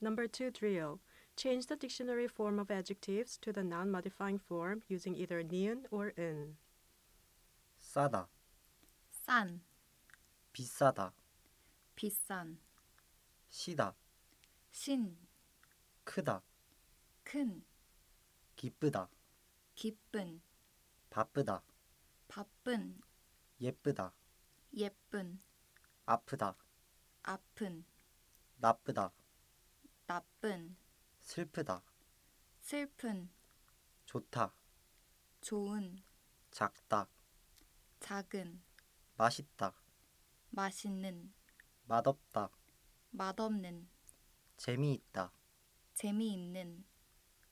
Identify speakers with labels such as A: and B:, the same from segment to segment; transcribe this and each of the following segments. A: Number two drill. Change the dictionary form of adjectives to the noun modifying form using either 니은 or 은.
B: 싸다,
C: 싼,
B: 비싸다,
C: 비싼,
B: 시다,
C: 신,
B: 크다,
C: 큰,
B: 기쁘다,
C: 기쁜,
B: 바쁘다,
C: 바쁜,
B: 예쁘다,
C: 예쁜,
B: 아프다,
C: 아픈,
B: 나쁘다,
C: 나쁜,
B: 슬프다,
C: 슬픈,
B: 좋다,
C: 좋은,
B: 작다,
C: 작은,
B: 맛있다,
C: 맛있는,
B: 맛없다,
C: 맛없는,
B: 재미있다,
C: 재미있는,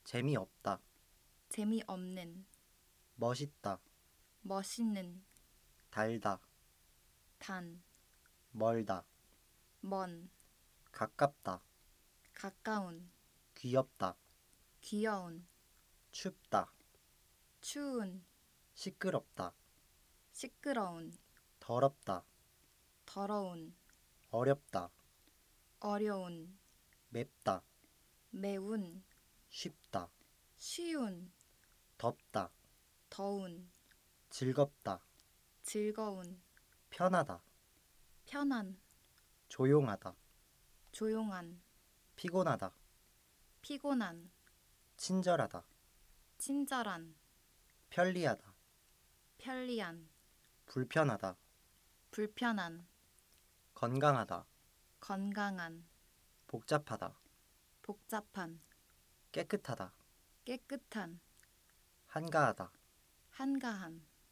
B: 재미없다,
C: 재미없는,
B: 멋있다,
C: 멋있는,
B: 달다,
C: 단,
B: 멀다,
C: 먼,
B: 가깝다,
C: 가까운,
B: 귀엽다,
C: 귀여운,
B: 춥다,
C: 추운,
B: 시끄럽다,
C: 시끄러운,
B: 더럽다,
C: 더러운,
B: 어렵다,
C: 어려운,
B: 맵다,
C: 매운,
B: 쉽다,
C: 쉬운,
B: 덥다,
C: 더운,
B: 즐겁다,
C: 즐거운,
B: 편하다,
C: 편한,
B: 조용하다,
C: 조용한,
B: 피곤하다,
C: 피곤한,
B: 친절하다,
C: 친절한,
B: 편리하다,
C: 편리한,
B: 불편하다,
C: 불편한,
B: 건강하다,
C: 건강한,
B: 복잡하다,
C: 복잡한,
B: 깨끗하다,
C: 깨끗한,
B: 한가하다,
C: 한가한,